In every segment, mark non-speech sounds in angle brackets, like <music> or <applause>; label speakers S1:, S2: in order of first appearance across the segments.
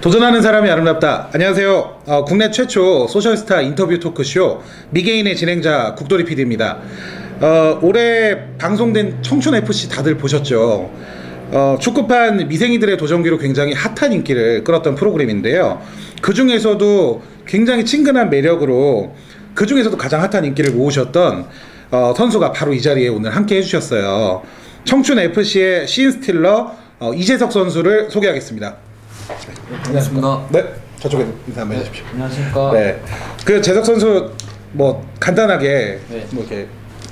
S1: 도전하는 사람이 아름답다. 안녕하세요. 어, 국내 최초 소셜스타 인터뷰 토크쇼 미개인의 진행자 국돌이 PD입니다. 어, 올해 방송된 청춘 FC 다들 보셨죠? 어, 축구판 미생이들의 도전기로 굉장히 핫한 인기를 끌었던 프로그램인데요. 그 중에서도 굉장히 친근한 매력으로 그 중에서도 가장 핫한 인기를 모으셨던 어, 선수가 바로 이 자리에 오늘 함께 해주셨어요. 청춘 FC의 신스틸러 어, 이재석 선수를 소개하겠습니다.
S2: 안녕하십니까.
S1: 네,
S2: 아,
S1: 저쪽에 인사 한번 해주십시오.
S2: 안녕하십니까.
S1: 네, 그 재석 선수 뭐 간단하게
S2: 네.
S1: 뭐 이렇게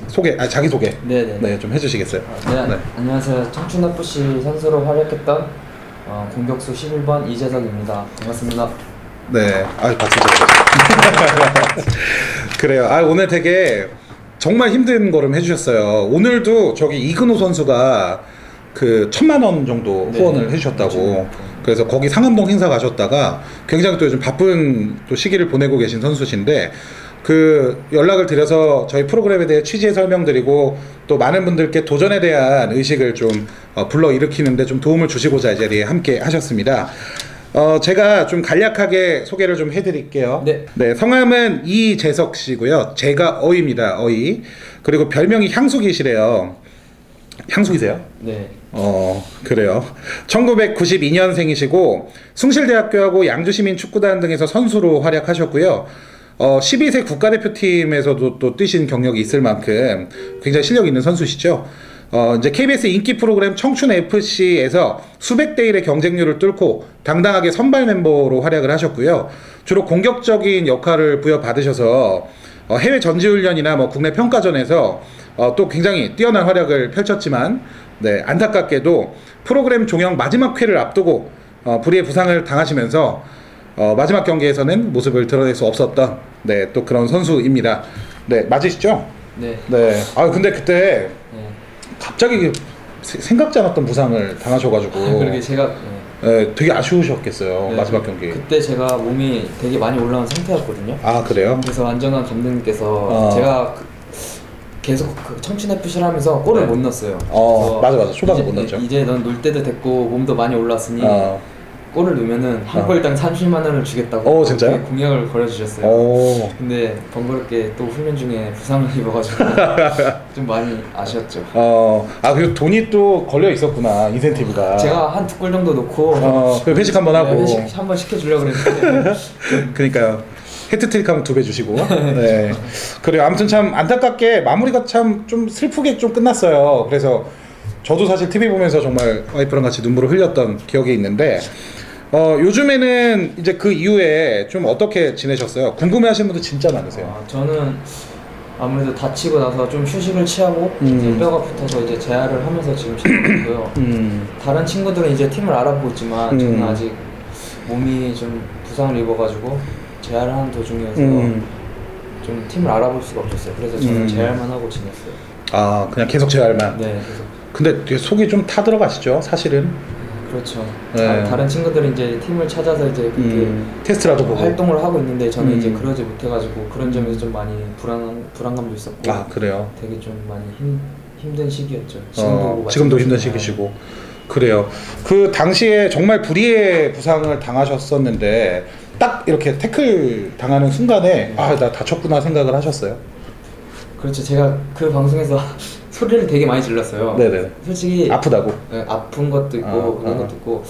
S1: 소개, 아 자기 소개,
S2: 네네.
S1: 네, 좀 해주시겠어요?
S2: 네, 안녕하세요. 청춘 FC 선수로 활약했던 어, 공격수 11번 이재석입니다. 반갑습니다.
S1: 네, 아 박수. 쳐주세요. <laughs> 그래요. 아 오늘 되게 정말 힘든 걸음 해주셨어요. 오늘도 저기 이근호 선수가 그 천만 원 정도
S2: 네.
S1: 후원을 해주셨다고. 그래서 거기 상암동 행사 가셨다가 굉장히 또 요즘 바쁜 또 시기를 보내고 계신 선수신데 그 연락을 드려서 저희 프로그램에 대해 취지에 설명드리고 또 많은 분들께 도전에 대한 의식을 좀 어, 불러 일으키는데 좀 도움을 주시고자 이 자리에 함께 하셨습니다. 어, 제가 좀 간략하게 소개를 좀 해드릴게요.
S2: 네.
S1: 성함은 이재석 씨고요. 제가 어입니다. 어이. 그리고 별명이 향수기시래요. 향수기세요?
S2: 네.
S1: 어 그래요. 1992년생이시고 숭실대학교하고 양주시민 축구단 등에서 선수로 활약하셨고요. 어 12세 국가대표팀에서도 또 뛰신 경력이 있을 만큼 굉장히 실력 있는 선수시죠. 어 이제 KBS 인기 프로그램 청춘 FC에서 수백 대 1의 경쟁률을 뚫고 당당하게 선발 멤버로 활약을 하셨고요. 주로 공격적인 역할을 부여받으셔서 어, 해외 전지훈련이나 뭐 국내 평가전에서 어, 또 굉장히 뛰어난 활약을 펼쳤지만 네, 안타깝게도 프로그램 종영 마지막 회를 앞두고 어, 불의의 부상을 당하시면서 어, 마지막 경기에서는 모습을 드러낼 수 없었던 네, 또 그런 선수입니다. 네, 맞으시죠?
S2: 네.
S1: 네. 아 근데 그때
S2: 네.
S1: 갑자기 그 세- 생각지 않았던 부상을 당하셔가지고
S2: 그러게 제가 네.
S1: 네, 되게 어, 아쉬우셨겠어요
S2: 네.
S1: 마지막 경기.
S2: 그때 제가 몸이 되게 많이 올라온 상태였거든요.
S1: 아 그래요?
S2: 그래서 안정환 감독님께서
S1: 어.
S2: 제가 그- 계속 그 청춘 FC를 하면서 골을
S1: 네.
S2: 못 넣었어요.
S1: 어,
S2: 그래서
S1: 맞아, 맞아. 초반에
S2: 이제-
S1: 못 넣었죠.
S2: 네, 이제 넌 놀 때도 됐고 몸도 많이 올랐으니
S1: 어.
S2: 골을 넣으면은 한
S1: 어.
S2: 골당 30만 원을 주겠다고
S1: 어, 진짜요?
S2: 그렇게 공약을 걸어주셨어요.
S1: 오.
S2: 근데 번거롭게 또 훈련 중에 부상을 <laughs> 입어가지고 좀 많이 아쉬웠죠.
S1: 어, 아, 그리고 돈이 또 걸려 있었구나, 인센티브가.
S2: 제가 한 두 골 정도 넣고
S1: 어, 그리고 회식 한번 하고.
S2: 네, 회식 한번 시켜주려고
S1: <laughs>
S2: 그랬는데
S1: 그러니까요. 헤트트릭 하면 두 배
S2: <laughs>
S1: 주시고. 네. 그래요. 아무튼 참 안타깝게 마무리가 참 좀 슬프게 좀 끝났어요. 그래서 저도 사실 TV 보면서 정말 와이프랑 같이 눈물을 흘렸던 기억이 있는데, 어, 요즘에는 이제 그 이후에 좀 어떻게 지내셨어요? 궁금해 하시는 분들 진짜 많으세요.
S2: 어, 저는 아무래도 다치고 나서 좀 휴식을 취하고
S1: 음.
S2: 이제 뼈가 붙어서 이제 재활을 하면서 지금 쉬고 있고요.
S1: 음.
S2: 다른 친구들은 이제 팀을 알아보고 있지만
S1: 음.
S2: 저는 아직 몸이 좀 부상을 입어가지고 재활을 하는 도중이어서
S1: 음.
S2: 좀 팀을 알아볼 수가 없었어요. 그래서 저는
S1: 음.
S2: 재활만 하고 지냈어요.
S1: 아, 그냥 계속 재활만.
S2: 네, 그래서
S1: 근데 되게 속이 좀 타들어가시죠, 사실은.
S2: 그렇죠.
S1: 네.
S2: 다- 다른 친구들은 이제 팀을 찾아서 이제 그렇게
S1: 음, 테스트라도 보고.
S2: 활동을 하고 있는데 저는
S1: 음.
S2: 이제 그러지 못해가지고 그런 점에서 좀 많이 불안한 불안감도 있었고
S1: 아, 그래요.
S2: 되게 좀 많이 힘 힘든 시기였죠. 뭐
S1: 어, 지금도 힘든
S2: 마찬가지지만.
S1: 시기시고 그래요. 그 당시에 정말 불의의 부상을 당하셨었는데 딱 이렇게 태클 당하는 순간에 아 나 다쳤구나 생각을 하셨어요.
S2: 그렇죠. 제가 그 방송에서 <laughs> 소리를 되게 많이 질렀어요.
S1: 네네.
S2: 솔직히
S1: 아프다고.
S2: 네, 아픈 것도 있고
S1: 아,
S2: 그런
S1: 아.
S2: 것도 있고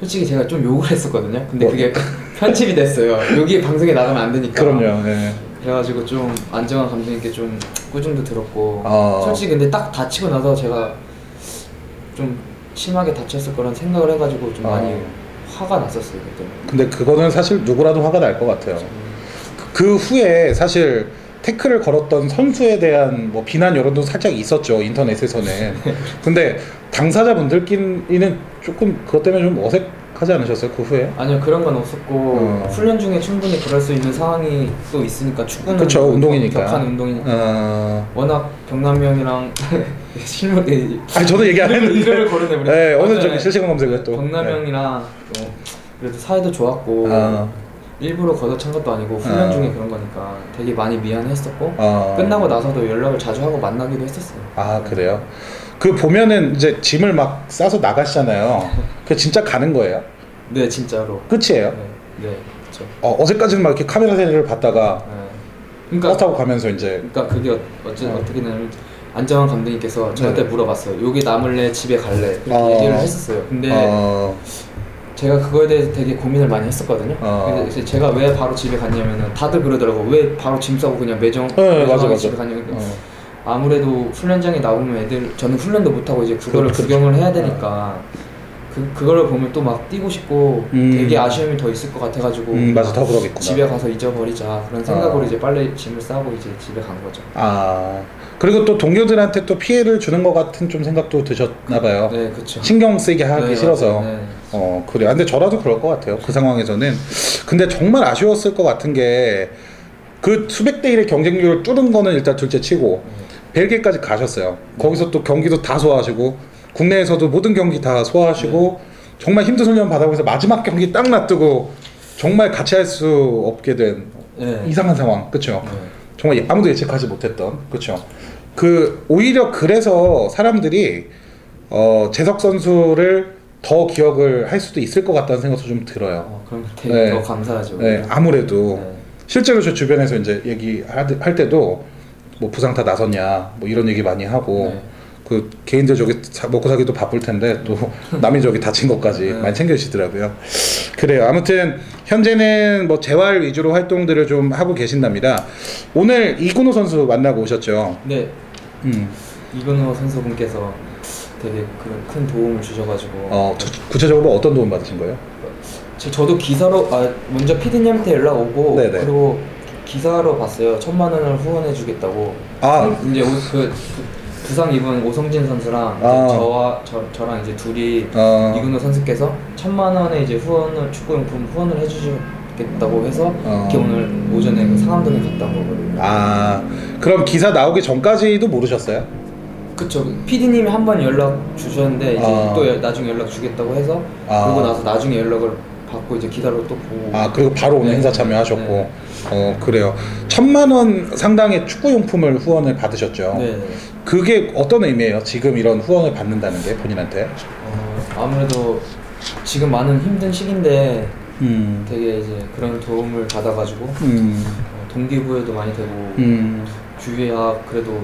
S2: 솔직히 제가 좀 욕을 했었거든요. 근데
S1: 뭐.
S2: 그게 <laughs> 편집이 됐어요. 여기 방송에 나가면 안 되니까.
S1: 그럼요. 예.
S2: 그래가지고 좀 안정환 감독님께 좀 꾸중도 들었고
S1: 아.
S2: 솔직히 근데 딱 다치고 나서 제가 좀 심하게 다쳤을 거란 생각을 해가지고 좀
S1: 아.
S2: 많이 화가 났었어요 그때
S1: 근데 그거는 사실 누구라도 화가 날 것 같아요. 그- 그 후에 사실 태클을 걸었던 선수에 대한 뭐 비난 여론도 살짝 있었죠
S2: <laughs>
S1: 인터넷에서는. 근데 당사자분들끼리는 조금 그것 때문에 좀 어색하지 않으셨어요 그 후에?
S2: 아니요 그런 건 없었고
S1: 어.
S2: 훈련 중에 충분히 그럴 수 있는 상황이 또 있으니까 축구는
S1: 그렇죠
S2: 또
S1: 운동이니까.
S2: 격한 운동이니까
S1: 어...
S2: 워낙 병남이 형이랑 <laughs> 실물에
S1: 아니 저도 얘기 안 했는데.
S2: 이름을 거론해 버렸어요
S1: 네 어느 저기 실시간 검색을 또.
S2: 병남이
S1: 네.
S2: 형이랑 또 그래도 사이도 좋았고
S1: 아,
S2: 일부러 걷어찬 것도 아니고 훈련
S1: 아.
S2: 중에 그런 거니까 되게 많이 미안했었고
S1: 아.
S2: 끝나고 나서도 연락을 자주 하고 만나기도 했었어요.
S1: 아 그래요.
S2: <laughs>
S1: 그 보면은 이제 짐을 막 싸서 나가시잖아요. 그 진짜 가는 거예요.
S2: 네, 진짜로.
S1: 끝이에요.
S2: 네, 네, 그렇죠.
S1: 어, 어제까지는 막 이렇게 카메라 세례를 받다가
S2: 네.
S1: 버스
S2: 그러니까
S1: 타고 가면서 이제
S2: 그러니까 그게 어- 어째
S1: 어.
S2: 어떻게냐면 안정환 감독님께서 저한테
S1: 네.
S2: 물어봤어요. 여기 남을래 집에 갈래 이렇게
S1: 어.
S2: 얘기를 했었어요. 근데
S1: 어,
S2: 제가 그거에 대해서 되게 고민을 많이 했었거든요.
S1: 어.
S2: 근데 이제 제가 왜 바로 집에 갔냐면은 다들 그러더라고. 왜 바로 짐 싸고 그냥 매정
S1: 네, 맞아,
S2: 매정하게
S1: 맞아.
S2: 집에 갔냐면
S1: 어,
S2: 아무래도 훈련장에 나오면 애들 저는 훈련도 못 하고 이제 그거를
S1: 그렇죠. 아.
S2: 구경을 해야 되니까 그 그거를 보면 또 막 뛰고 싶고
S1: 음.
S2: 되게 아쉬움이 더 있을 것 같아가지고
S1: 음, 맞아, 더 그러겠구나.
S2: 집에 가서 잊어버리자 그런 생각으로
S1: 아.
S2: 이제 빨리 짐을 싸고 이제 집에 간 거죠.
S1: 아 그리고 또 동료들한테 또 피해를 주는 것 같은 좀 생각도 드셨나봐요.
S2: 네, 그렇죠.
S1: 신경 쓰게 하기
S2: 네,
S1: 아. 싫어서.
S2: 맞아요. 네.
S1: 어 그래. 근데 저라도 그럴 것 같아요. 그 상황에서는. 근데 정말 아쉬웠을 것 같은 게 그 수백 대 1의 경쟁률을 뚫은 거는 일단 둘째치고 벨기에까지 가셨어요. 거기서 또 경기도 다 소화하시고 국내에서도 모든 경기 다 소화하시고
S2: 네.
S1: 정말 힘든 훈련 받아보면서 마지막 경기 딱 놔두고 정말 같이 할 수 없게 된
S2: 네. 네.
S1: 이상한 상황. 그렇죠.
S2: 네.
S1: 정말 아무도 예측하지 못했던 그렇죠. 그 오히려 그래서 사람들이 어, 재석 선수를 더 기억을 할 수도 있을 것 같다는 생각도 좀 들어요.
S2: 어, 그럼 되게
S1: 네.
S2: 더 감사하죠.
S1: 네, 아무래도
S2: 네.
S1: 실제로 저 주변에서 이제 얘기할 할 때도 뭐 부상 다 나섰냐 뭐 이런 얘기 많이 하고
S2: 네.
S1: 그 개인들 저기 사- 먹고 사기도 바쁠 텐데 또
S2: <laughs>
S1: 남이 저기 다친 것까지
S2: 네.
S1: 많이 챙겨주시더라고요. 그래요. 아무튼 현재는 뭐 재활 위주로 활동들을 좀 하고 계신답니다. 오늘 이근호 선수 만나고 오셨죠.
S2: 네,
S1: 음.
S2: 이근호 선수분께서 되게 그런 큰 도움을 주셔가지고
S1: 어 저- 구체적으로 어떤 도움 받으신 거예요?
S2: 저, 저도 기사로 아, 먼저 피디님한테 연락 오고
S1: 네네.
S2: 그리고 기사로 봤어요. 천만 원을 후원해주겠다고.
S1: 아
S2: 이제 오, 그 부- 부상 입은 오성진 선수랑 이제
S1: 아.
S2: 저와 저, 저랑 이제 둘이
S1: 어,
S2: 이근호 선수께서 천만 원의 이제 후원을 축구용품 후원을 해주시겠다고 해서
S1: 어.
S2: 이렇게 오늘 오전에 그 상암동에 갔다 온 거거든요.
S1: 아 그럼 기사 나오기 전까지도 모르셨어요?
S2: 그쵸. PD님이 한 번 연락 주셨는데 이제
S1: 아.
S2: 또 여- 나중에 연락 주겠다고 해서
S1: 아.
S2: 그러고 나서 나중에 연락을 받고 이제 기사로 또 보고.
S1: 아 그리고 바로 오늘
S2: 네.
S1: 행사 참여하셨고
S2: 네.
S1: 어 그래요 천만 원 상당의 축구 용품을 후원을 받으셨죠
S2: 네. 네.
S1: 그게 어떤 의미예요 지금 이런 후원을 받는다는 게 본인한테
S2: 어, 아무래도 지금 많은 힘든 시기인데
S1: 음,
S2: 되게 이제 그런 도움을 받아가지고
S1: 음,
S2: 어, 동기부여도 많이 되고
S1: 음,
S2: 주위에 아, 그래도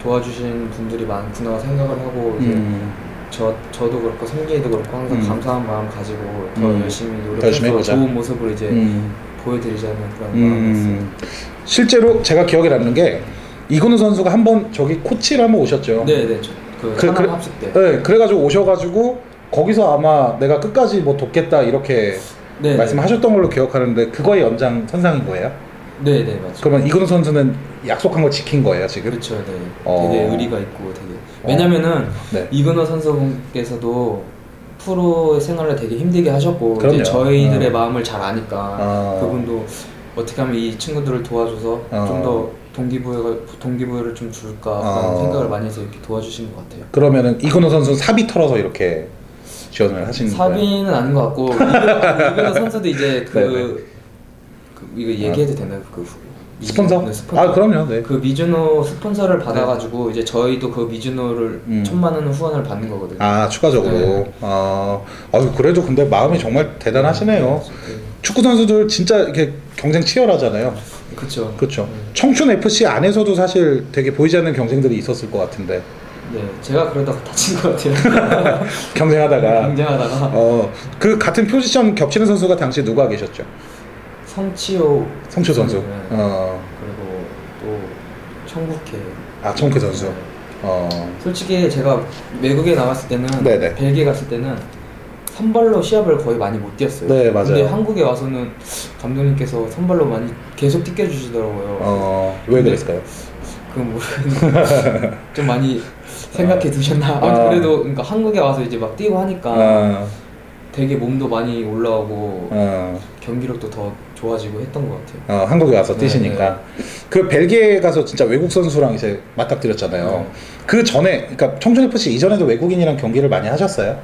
S2: 도와주신 분들이 많구나 생각을 하고 이제
S1: 음.
S2: 저 저도 그렇고 성재이도 그렇고 항상
S1: 음.
S2: 감사한 마음 가지고 더
S1: 음.
S2: 열심히
S1: 더 열심히
S2: 노력해서
S1: 해보자.
S2: 좋은 모습을 이제
S1: 음.
S2: 보여드리자는 그런 마음이었어요.
S1: 음. 실제로 제가 기억에 남는 게 이근우 선수가 한번 저기 코치를 한번 오셨죠
S2: 네네 저, 그
S1: 그래-
S2: 하남
S1: 그래-
S2: 합숙 때.
S1: 네, 그래가지고 오셔가지고 거기서 아마 내가 끝까지 뭐 돕겠다 이렇게
S2: 네네.
S1: 말씀하셨던 걸로 기억하는데 그거의 연장 선상인 거예요?
S2: 네네 맞죠.
S1: 그러면 이근우 선수는 약속한 걸 지킨 거예요 지금?
S2: 그렇죠. 네.
S1: 어.
S2: 되게 의리가 있고 되게 왜냐면은
S1: 네.
S2: 이근호 선수분께서도 프로 생활을 되게 힘들게 하셨고
S1: 그럼요.
S2: 이제 저희들의
S1: 어.
S2: 마음을 잘 아니까
S1: 어.
S2: 그분도 어떻게 하면 이 친구들을 도와줘서
S1: 어.
S2: 좀 더 동기부여가 동기부여를 좀 줄까 그런
S1: 어.
S2: 생각을 많이 해서 이렇게 도와주신 것 같아요.
S1: 그러면은 이근호 선수는 사비 털어서 이렇게 지원을 하시는 거예요?
S2: 사비는 아닌
S1: <laughs>
S2: 것 같고 이근호 이근호 선수도
S1: 네,
S2: 이제 그, 그 이거 얘기해도 되나요? 그 후-
S1: 아. 스폰서?
S2: 네, 스폰서.
S1: 아 그럼요. 네.
S2: 그 미즈노 스폰서를 받아가지고 이제 저희도 그 미즈노를
S1: 음.
S2: 천만 원 후원을 받는 거거든요.
S1: 아 추가적으로.
S2: 네.
S1: 아, 아유, 그래도 근데 마음이 정말 대단하시네요. 축구 선수들 진짜 이렇게 경쟁 치열하잖아요.
S2: 그렇죠.
S1: 그렇죠. 청춘 FC 안에서도 사실 되게 보이지 않는 경쟁들이 있었을 것 같은데
S2: 네, 제가 그러다가 다친
S1: <laughs>
S2: 것 같아요.
S1: 경쟁하다가
S2: 굉장하다가
S1: 어 그 같은 포지션 겹치는 선수가 당시 누가 계셨죠?
S2: 성치호
S1: 성초 선수.
S2: 네.
S1: 어.
S2: 그리고 또 청국회
S1: 아 청크 선수.
S2: 네.
S1: 어.
S2: 솔직히 제가 외국에 나갔을 때는
S1: 네네.
S2: 벨기에 갔을 때는 선발로 시합을 거의 많이 못 뛰었어요.
S1: 네, 맞아요.
S2: 근데 한국에 와서는 감독님께서 선발로 많이 계속 뛰게 주시더라고요.
S1: 어왜 그랬을까요?
S2: 그건 모르겠는데
S1: <laughs>
S2: 좀 많이 생각해 두셨나?
S1: 아.
S2: 아. 그래도 그러니까 한국에 와서 이제 막 뛰고 하니까
S1: 어.
S2: 되게 몸도 많이 올라오고
S1: 어.
S2: 경기력도 더 좋아지고 했던 것 같아요.
S1: 어, 한국에 와서
S2: 네,
S1: 뛰시니까 그 벨기에 가서 진짜 외국 선수랑 이제 맞닥뜨렸잖아요.
S2: 네.
S1: 그 전에 그러니까 청춘 FC 이전에도 외국인이랑 경기를 많이 하셨어요?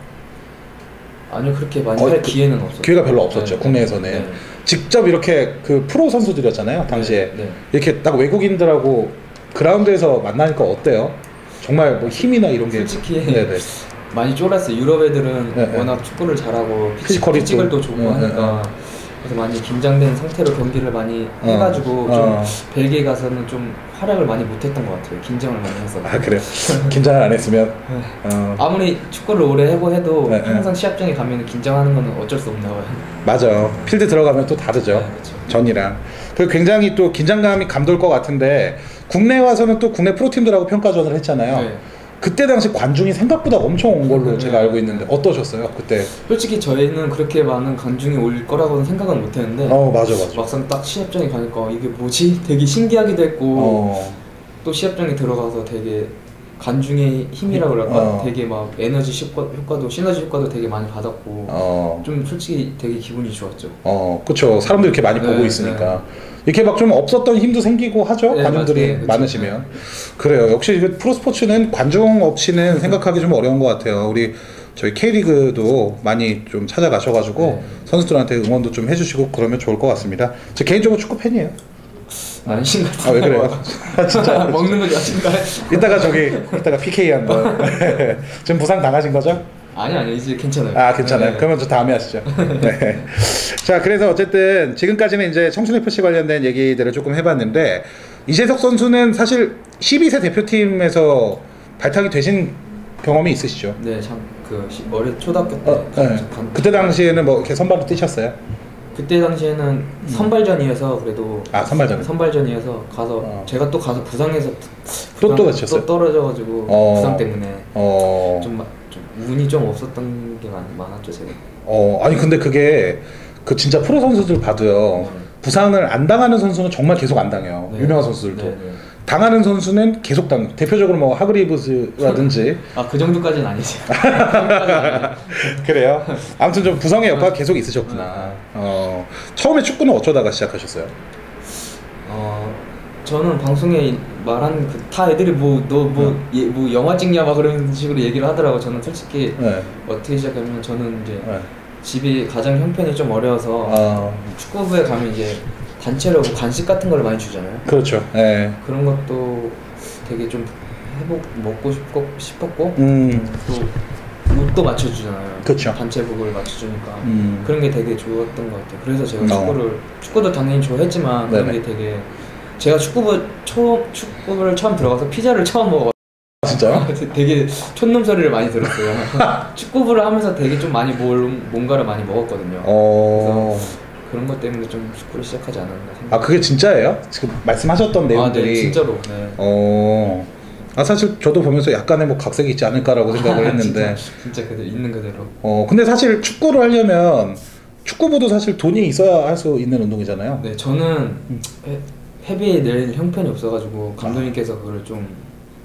S2: 아니요 그렇게 많이
S1: 어,
S2: 할
S1: 그-
S2: 기회는 없었어요.
S1: 기회가 별로 없었죠
S2: 네.
S1: 국내에서는
S2: 네.
S1: 직접 이렇게 그 프로 선수들이었잖아요 당시에
S2: 네, 네.
S1: 이렇게 딱 외국인들하고 그라운드에서 만나니까 어때요? 정말 뭐 힘이나 이런 게
S2: 솔직히
S1: 네네
S2: 많이 쫄았어요. 유럽 애들은
S1: 네, 네.
S2: 워낙 축구를 잘하고
S1: 피지컬이
S2: 피지컬 도
S1: 또-
S2: 좋고
S1: 네, 네,
S2: 하니까 그래서 많이 긴장된 상태로 경기를 많이
S1: 어.
S2: 해가지고 좀
S1: 어.
S2: 벨기에 가서는 좀 활약을 많이 못했던 것 같아요. 긴장을 많이 해서. 네.
S1: 아 그래요. 긴장을 안 했으면. 어,
S2: 아무리 축구를 오래 해고 해도
S1: 네, 네.
S2: 항상 시합장에 가면 긴장하는 건 어쩔 수 없나 봐요.
S1: 맞아. 필드 들어가면 또 다르죠.
S2: 네, 그렇죠.
S1: 전이랑. 그 굉장히 또 긴장감이 감돌 것 같은데 국내 와서는 또 국내 프로팀들하고 평가전을 했잖아요.
S2: 네.
S1: 그때 당시 관중이 생각보다 엄청 온 걸로
S2: 네.
S1: 제가 알고 있는데 어떠셨어요 그때?
S2: 솔직히 저희는 그렇게 많은 관중이 올 거라고는 생각은 못했는데
S1: 어 맞아 맞아.
S2: 막상 딱 시합장에 가니까 이게 뭐지? 되게 신기하기도 했고
S1: 어
S2: 또 시합장에 들어가서 되게 관중의 힘이라고 그럴까?
S1: 어.
S2: 되게 막 에너지 효과, 효과도 시너지 효과도 되게 많이 받았고
S1: 어.
S2: 좀 솔직히 되게 기분이 좋았죠.
S1: 어, 그쵸. 사람들 이렇게 많이
S2: 네,
S1: 보고 있으니까. 이렇게 막 좀 없었던 힘도 생기고 하죠.
S2: 네,
S1: 관중들이
S2: 맞아요. 그쵸.
S1: 많으시면. 그래요. 역시 그 프로스포츠는 관중 없이는 생각하기 좀 어려운 것 같아요. 우리 저희 K리그도 많이 좀 찾아가셔가지고
S2: 네.
S1: 선수들한테 응원도 좀 해주시고 그러면 좋을 것 같습니다. 저 개인적으로 축구 팬이에요.
S2: 아니신 것
S1: 아, 왜
S2: 같아요. <laughs>
S1: 그래요? <laughs> 진짜.
S2: 먹는 건 여신가요?
S1: 이따가 저기, 이따가 PK 한 번. 지금 부상 당하신 거죠?
S2: 아니 아니 이제 괜찮아요.
S1: 아 괜찮아요.
S2: 네.
S1: 그러면 저 다음에 하시죠. 네. 자 그래서 어쨌든 지금까지는 이제 청춘 FC 관련된 얘기들을 조금 해봤는데 이재석 선수는 사실 12세 대표팀에서 발탁이 되신 경험이 있으시죠?
S2: 네, 참그 어릴 초등학교 때
S1: 어, 네.
S2: 간-
S1: 그때 당시에는 뭐 이렇게 선발로 뛰셨어요?
S2: 그때 당시에는 선발전이어서 그래도
S1: 음. 아 선발전.
S2: 선발전이어서 가서
S1: 어.
S2: 제가 또 가서 부상해서
S1: 또
S2: 부상-
S1: 떨어졌어요?
S2: 또 떨어져가지고
S1: 어.
S2: 부상 때문에
S1: 어,
S2: 좀, 마- 좀 운이 좀 없었던 게 많, 많았죠 제가.
S1: 어 아니 근데 그게 그 진짜 프로 선수들 봐도요 부상을 안 당하는 선수는 정말 계속 안 당해요.
S2: 네.
S1: 어, 유명한 선수들도
S2: 네, 네.
S1: 당하는 선수는 계속 당. 대표적으로 뭐 하그리브스라든지
S2: <laughs> 아그 정도까지는 아니지.
S1: 그래요. 아무튼 좀 부상의 여파가 계속 있으셨구나.
S2: 아.
S1: 어, 처음에 축구는 어쩌다가 시작하셨어요?
S2: 어 저는 방송에 말한 그 타 애들이 뭐 너 뭐 뭐 영화 찍냐 막 그런 식으로 얘기를 하더라고. 저는 솔직히
S1: 네.
S2: 어떻게 시작하면 저는 이제
S1: 네.
S2: 집이 가장 형편이 좀 어려워서
S1: 어,
S2: 축구부에 가면 이제 단체로 뭐 간식 같은 걸 많이 주잖아요.
S1: 그렇죠. 네.
S2: 그런 것도 되게 좀 해보 먹고 싶고 싶었고
S1: 음,
S2: 또 옷도 맞춰주잖아요.
S1: 그쵸.
S2: 단체복을 맞춰주니까
S1: 음.
S2: 그런 게 되게 좋았던 것 같아요. 그래서 제가
S1: 어.
S2: 축구를 축구도 당연히 좋아했지만 그런
S1: 네네.
S2: 게 되게 제가 축구부 처음 축구부를 처음 들어가서 피자를 처음 먹어.
S1: 아, 진짜요?
S2: 되게 촌놈 소리를
S1: <laughs>
S2: 많이 들었어요. 축구부를 하면서 되게 좀 많이 뭘, 뭔가를 많이 먹었거든요.
S1: 어,
S2: 그런 것 때문에 좀 축구를 시작하지 않았나 생각.
S1: 아 그게 진짜예요? 지금 말씀하셨던 내용들이.
S2: 아, 네, 진짜로. 네.
S1: 어, 아 사실 저도 보면서 약간의 뭐 각색이 있지 않을까라고 생각을 했는데.
S2: <laughs> 진짜, 진짜 그대로 있는 그대로.
S1: 어, 근데 사실 축구를 하려면 축구부도 사실 돈이 있어야 할 수 있는 운동이잖아요.
S2: 네, 저는 해, 회비에 낼 형편이 없어가지고 감독님께서 그걸 좀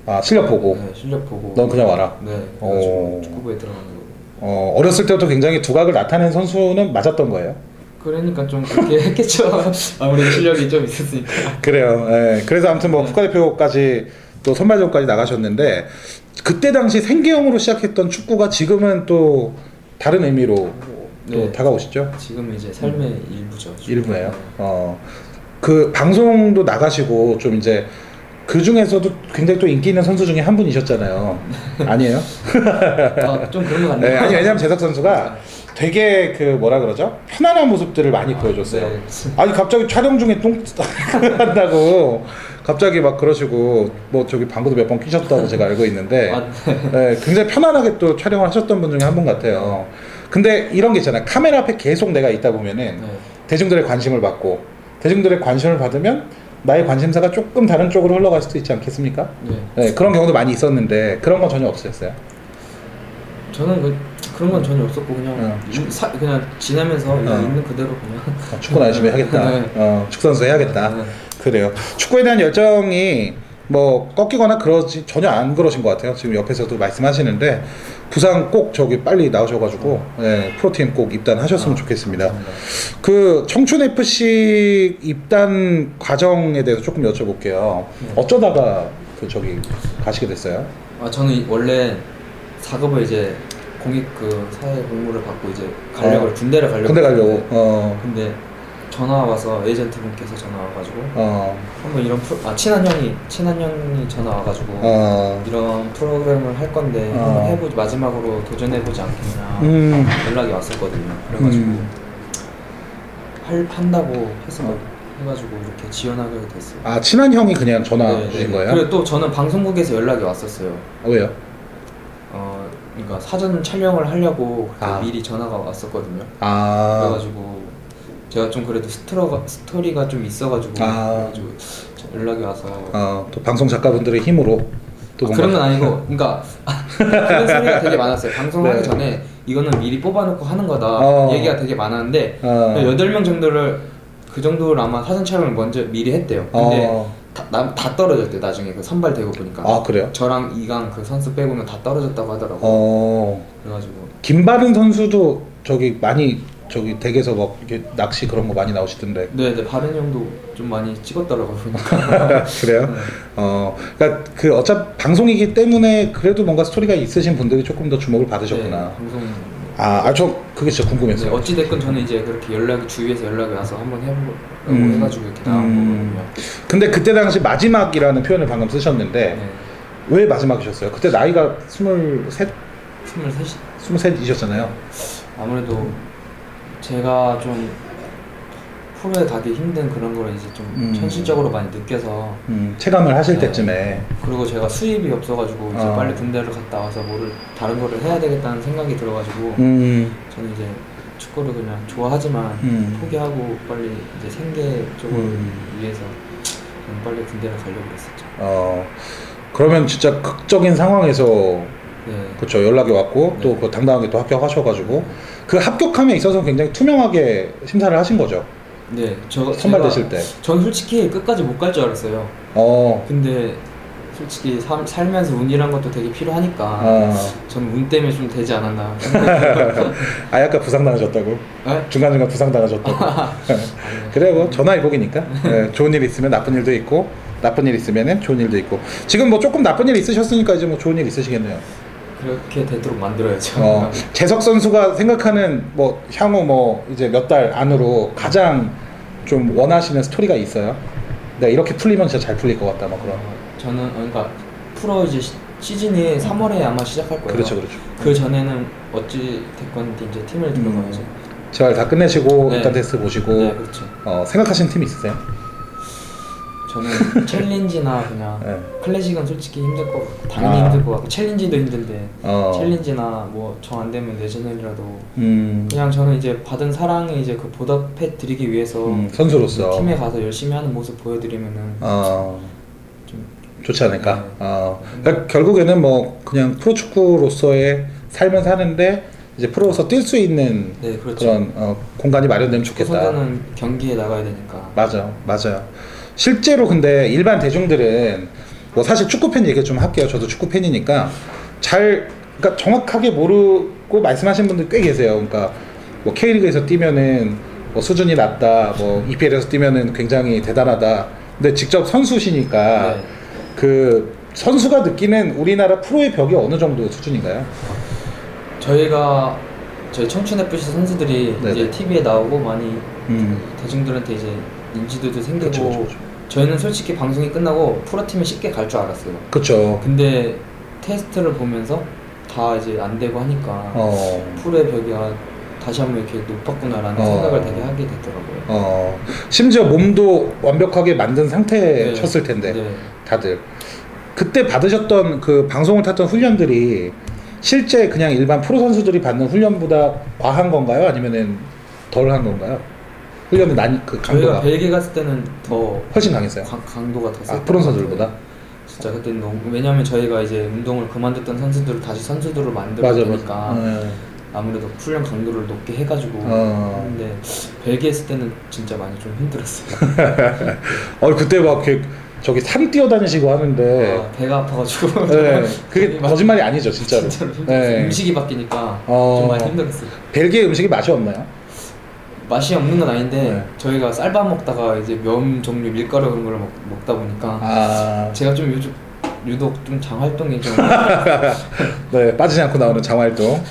S1: 아 실력 보고.
S2: 네, 실력 보고.
S1: 넌 그냥 와라.
S2: 네,
S1: 어.
S2: 그래가지고 축구부에 들어간 거.
S1: 어, 어렸을 때부터 굉장히 두각을 나타낸 선수는 맞았던 거예요. <laughs>
S2: 그러니까 좀 그렇게 <laughs> 했겠죠. 아무래도 실력이 좀 있었으니까.
S1: 그래요. 예. 그래서 아무튼 뭐 국가대표까지 또 선발전까지 나가셨는데 그때 당시 생계형으로 시작했던 축구가 지금은 또 다른 의미로 또
S2: 네.
S1: 다가오시죠.
S2: 지금 이제 삶의 일부죠.
S1: 음. 일부예요. 어. 그 방송도 나가시고 좀 이제 그 중에서도 굉장히 또 인기 있는 선수 중에 한 분이셨잖아요. 아니에요?
S2: 아, 좀 그런 것 같네요.
S1: 네, 아니 왜냐면 재석 선수가 되게 그 뭐라 그러죠? 편안한 모습들을 많이 보여줬어요.
S2: 네.
S1: 아니 갑자기 촬영 중에 똥 한다고 갑자기 막 그러시고 뭐 저기 방구도 몇 번 끼셨다고 제가 알고 있는데
S2: 아,
S1: 네, 굉장히 편안하게 또 촬영을 하셨던 분 중에 한 분 같아요. 근데 이런 게 있잖아요. 카메라 앞에 계속 내가 있다 보면은
S2: 네.
S1: 대중들의 관심을 받고 대중들의 관심을 받으면 나의 관심사가 조금 다른 쪽으로 흘러갈 수도 있지 않겠습니까?
S2: 네.
S1: 네, 그런 경우도 많이 있었는데 그런 건 전혀 없으셨어요.
S2: 저는 그, 그런 건 전혀 없었고 그냥
S1: 응.
S2: 이- 사, 그냥 지내면서
S1: 응.
S2: 있는 그대로 그냥.
S1: 어, 축구는 열심히 해야겠다.
S2: 네.
S1: 어, 축선수 해야겠다.
S2: 네.
S1: 그래요. 축구에 대한 열정이 뭐 꺾이거나 그러지 전혀 안 그러신 것 같아요. 지금 옆에서도 말씀하시는데 부상 꼭 저기 빨리 나오셔가지고 예, 프로팀 꼭
S2: 아.
S1: 입단하셨으면 좋겠습니다. 그 청춘 FC 입단 과정에 대해서 조금 여쭤볼게요.
S2: 네.
S1: 어쩌다가 그 저기 가시게 됐어요?
S2: 아 저는 이- 원래 4급을 이제 공익 그 사회 공부를 받고 이제 가려고
S1: 어.
S2: 군대를 가려고
S1: 군대 가려고.
S2: 했는데
S1: 어,
S2: 근데 전화 와서 에이전트 분께서 전화 와가지고
S1: 어,
S2: 한번 이런 프로 아 친한 형이 친한 형이 전화 와가지고
S1: 어,
S2: 이런 프로그램을 할 건데
S1: 어.
S2: 한번 해보지 마지막으로 도전해보지 않겠냐
S1: 음,
S2: 연락이 왔었거든요. 그래가지고
S1: 음. 어.
S2: 할 한다고 해서 해가지고 이렇게 지원하게 됐어요.
S1: 아 친한 형이 그냥 전화
S2: 네,
S1: 주신
S2: 네.
S1: 거예요?
S2: 그리고 또 저는 방송국에서 연락이 왔었어요.
S1: 아, 왜요?
S2: 어, 그러니까 사전 촬영을 하려고 그때
S1: 아.
S2: 미리 전화가 왔었거든요.
S1: 아,
S2: 그래가지고 제가 좀 그래도 스토리가 스토리가 좀 있어가지고
S1: 아.
S2: 그래가지고 연락이 와서
S1: 어, 또 방송 작가분들의 힘으로 또
S2: 아,
S1: 뭔가-
S2: 그런
S1: <laughs>
S2: 건 아니고 그러니까 그런 소리가 되게 많았어요. 방송하기
S1: 네.
S2: 전에 이거는 미리 뽑아놓고 하는 거다
S1: 어.
S2: 얘기가 되게 많았는데
S1: 어.
S2: 여덟 명 정도를 그 정도를 아마 사전 촬영을 먼저 미리 했대요. 근데
S1: 어,
S2: 다, 나- 다 떨어졌대 나중에 그 선발되고 보니까
S1: 아 그래요?
S2: 저랑 이강 그 선수 빼고는 다 떨어졌다고 하더라고. 요
S1: 어,
S2: 그래가지고
S1: 김바른 선수도 저기 많이 저기 댁에서 막 이렇게 낚시 그런 거 많이 나오시던데
S2: 네, 네 바른 형도 좀 많이
S1: <laughs>
S2: 찍었더라고 보니까.
S1: 아, 그래요? 어, 그러니까 그 어차피 방송이기 때문에 그래도 뭔가 스토리가 있으신 분들이 조금 더 주목을
S2: 네,
S1: 받으셨구나.
S2: 방송.
S1: 아, 아, 저 그게 진짜
S2: 네,
S1: 궁금했어요.
S2: 어찌 됐건 저는 이제 그렇게 연락이 주위에서 연락이 와서 한번 해보고
S1: 음.
S2: 해가지고 이렇게 나온
S1: 음.
S2: 거거든요.
S1: 근데 그때 당시 마지막이라는 표현을 방금 쓰셨는데
S2: 네,
S1: 왜 마지막이셨어요? 그때 나이가 스물셋,
S2: 23시
S1: 스물셋이셨잖아요.
S2: 아무래도 제가 좀 프로에 가기 힘든 그런 걸 이제 좀
S1: 음.
S2: 현실적으로 많이 느껴서
S1: 음, 체감을 하실
S2: 네.
S1: 때쯤에
S2: 그리고 제가 수입이 없어가지고 이제
S1: 어.
S2: 빨리 군대를 갔다 와서 뭐를 다른 거를 해야 되겠다는 생각이 들어가지고
S1: 음,
S2: 저는 이제 축구를 그냥 좋아하지만
S1: 음.
S2: 포기하고 빨리 이제 생계 쪽을
S1: 음.
S2: 위해서 저는 빨리 군대를 가려고 했었죠.
S1: 어, 그러면 진짜 극적인 상황에서
S2: 네.
S1: 그렇죠 연락이 왔고
S2: 네.
S1: 또그 당당하게 또 합격하셔가지고 그 합격함에 있어서 굉장히 투명하게 심사를 하신 거죠.
S2: 네, 저
S1: 선발되실 때.
S2: 전 솔직히 끝까지 못 갈 줄 알았어요.
S1: 어,
S2: 근데 솔직히 삶- 살면서 운이란 것도 되게 필요하니까
S1: 아,
S2: 전 운 때문에 좀
S1: <laughs>
S2: 되지 않았나.
S1: 아 약간 부상 당하셨다고
S2: 에?
S1: 중간 중간 부상 당하셨다고. 그래요, 뭐 전화위복이니까 예, 좋은 일 있으면 나쁜 일도 있고 나쁜 일 있으면은 좋은 일도 있고 지금 뭐 조금 나쁜 일 있으셨으니까 이제 뭐 좋은 일 있으시겠네요.
S2: 그렇게 되도록 만들어야죠.
S1: 어, 재석 선수가 생각하는 뭐 향후 뭐 이제 몇 달 안으로 가장 좀 원하시는 스토리가 있어요. 내가 이렇게 풀리면 진짜 잘 풀릴 것 같다, 막 그런.
S2: 어, <laughs> 저는 어, 그러니까 프로 이제 시- 시즌이 3월에 아마 시작할 거예요.
S1: 그렇죠, 그렇죠. 음.
S2: 그 전에는 어찌 됐건 이제 팀을 들어가야죠.
S1: 재활 다 끝내시고
S2: 네.
S1: 일단 테스트 보시고
S2: 네, 그렇죠.
S1: 어, 생각하신 팀 있으세요? <laughs>
S2: 저는 챌린지나 그냥
S1: 네.
S2: 클래식은 솔직히 힘들 것 같고 당연히
S1: 아.
S2: 힘들 것 같고 챌린지도 힘든데
S1: 어.
S2: 챌린지나 뭐 저 안 되면 내전이라도
S1: 음,
S2: 그냥 저는 이제 받은 사랑에 이제 그 보답해 드리기 위해서
S1: 음, 선수로서
S2: 팀에 가서 열심히 하는 모습 보여드리면은
S1: 어,
S2: 좀
S1: 좋지 않을까.
S2: 네.
S1: 어, 그러니까 결국에는 뭐 그냥 프로축구로서의 삶을 사는데 이제 프로로서 뛸 수 있는
S2: 네, 그렇죠.
S1: 그런 어, 공간이 마련되면
S2: 축구
S1: 좋겠다.
S2: 선수는 경기에 나가야 되니까
S1: 맞아, 맞아요. 실제로 근데 일반 대중들은 뭐 사실 축구팬 얘기 좀 할게요. 저도 축구팬이니까 잘, 그러니까 정확하게 모르고 말씀하시는 분들 꽤 계세요. 그러니까 뭐 K리그에서 뛰면은 뭐 수준이 낮다, 뭐 EPL에서 뛰면은 굉장히 대단하다. 근데 직접 선수시니까
S2: 네.
S1: 그 선수가 느끼는 우리나라 프로의 벽이 어느 정도 수준인가요?
S2: 저희가 저희 청춘 FC 선수들이
S1: 네네.
S2: 이제 TV에 나오고 많이
S1: 음,
S2: 대중들한테 이제 인지도도 생기고
S1: 그렇죠, 그렇죠.
S2: 저희는 솔직히 방송이 끝나고 프로팀에 쉽게 갈 줄 알았어요.
S1: 그렇죠.
S2: 근데 테스트를 보면서 다 이제 안 되고 하니까
S1: 어.
S2: 프로의 벽이 아, 다시 한번 이렇게 높았구나라는
S1: 어.
S2: 생각을 되게 하게 됐더라고요.
S1: 어, 심지어 몸도 완벽하게 만든 상태에
S2: 네.
S1: 쳤을 텐데
S2: 네.
S1: 다들 그때 받으셨던 그 방송을 탔던 훈련들이 실제 그냥 일반 프로 선수들이 받는 훈련보다 과한 건가요? 아니면은 덜한 건가요? 훈련의 난, 그
S2: 저희가
S1: 강도가
S2: 벨기에 갔을 때는 더
S1: 훨씬 강했어요.
S2: 강, 강도가 더
S1: 아,
S2: 셌던
S1: 프로
S2: 것
S1: 선수들보다
S2: 같아요. 진짜 그때는 너무 왜냐면 저희가 이제 운동을 그만뒀던 선수들을 다시 선수들을
S1: 맞아
S2: 만들었으니까
S1: 맞아. 네.
S2: 아무래도 훈련 강도를 높게 해가지고
S1: 어.
S2: 근데 벨기에 있을 때는 진짜 많이 좀 힘들었어요.
S1: 어 그때 막 이렇게 저기 산 뛰어다니시고 하는데
S2: 아, 배가 아파가지고 <laughs>
S1: 네, 그게
S2: 되게 많이-
S1: 거짓말이 아니죠 진짜로.
S2: 진짜로 힘들었어요.
S1: 네.
S2: 음식이 바뀌니까
S1: 어.
S2: 좀 많이 힘들었어요.
S1: 벨기에 음식이 맛이 없나요?
S2: 맛이 없는 건 아닌데
S1: 네.
S2: 저희가 쌀밥 먹다가 이제 면 종류 밀가루 그런 걸 먹, 먹다 보니까
S1: 아
S2: 제가 좀 요즘 유독 좀 장활동이 좀
S1: 네, 빠지지 않고 나오는 장활동.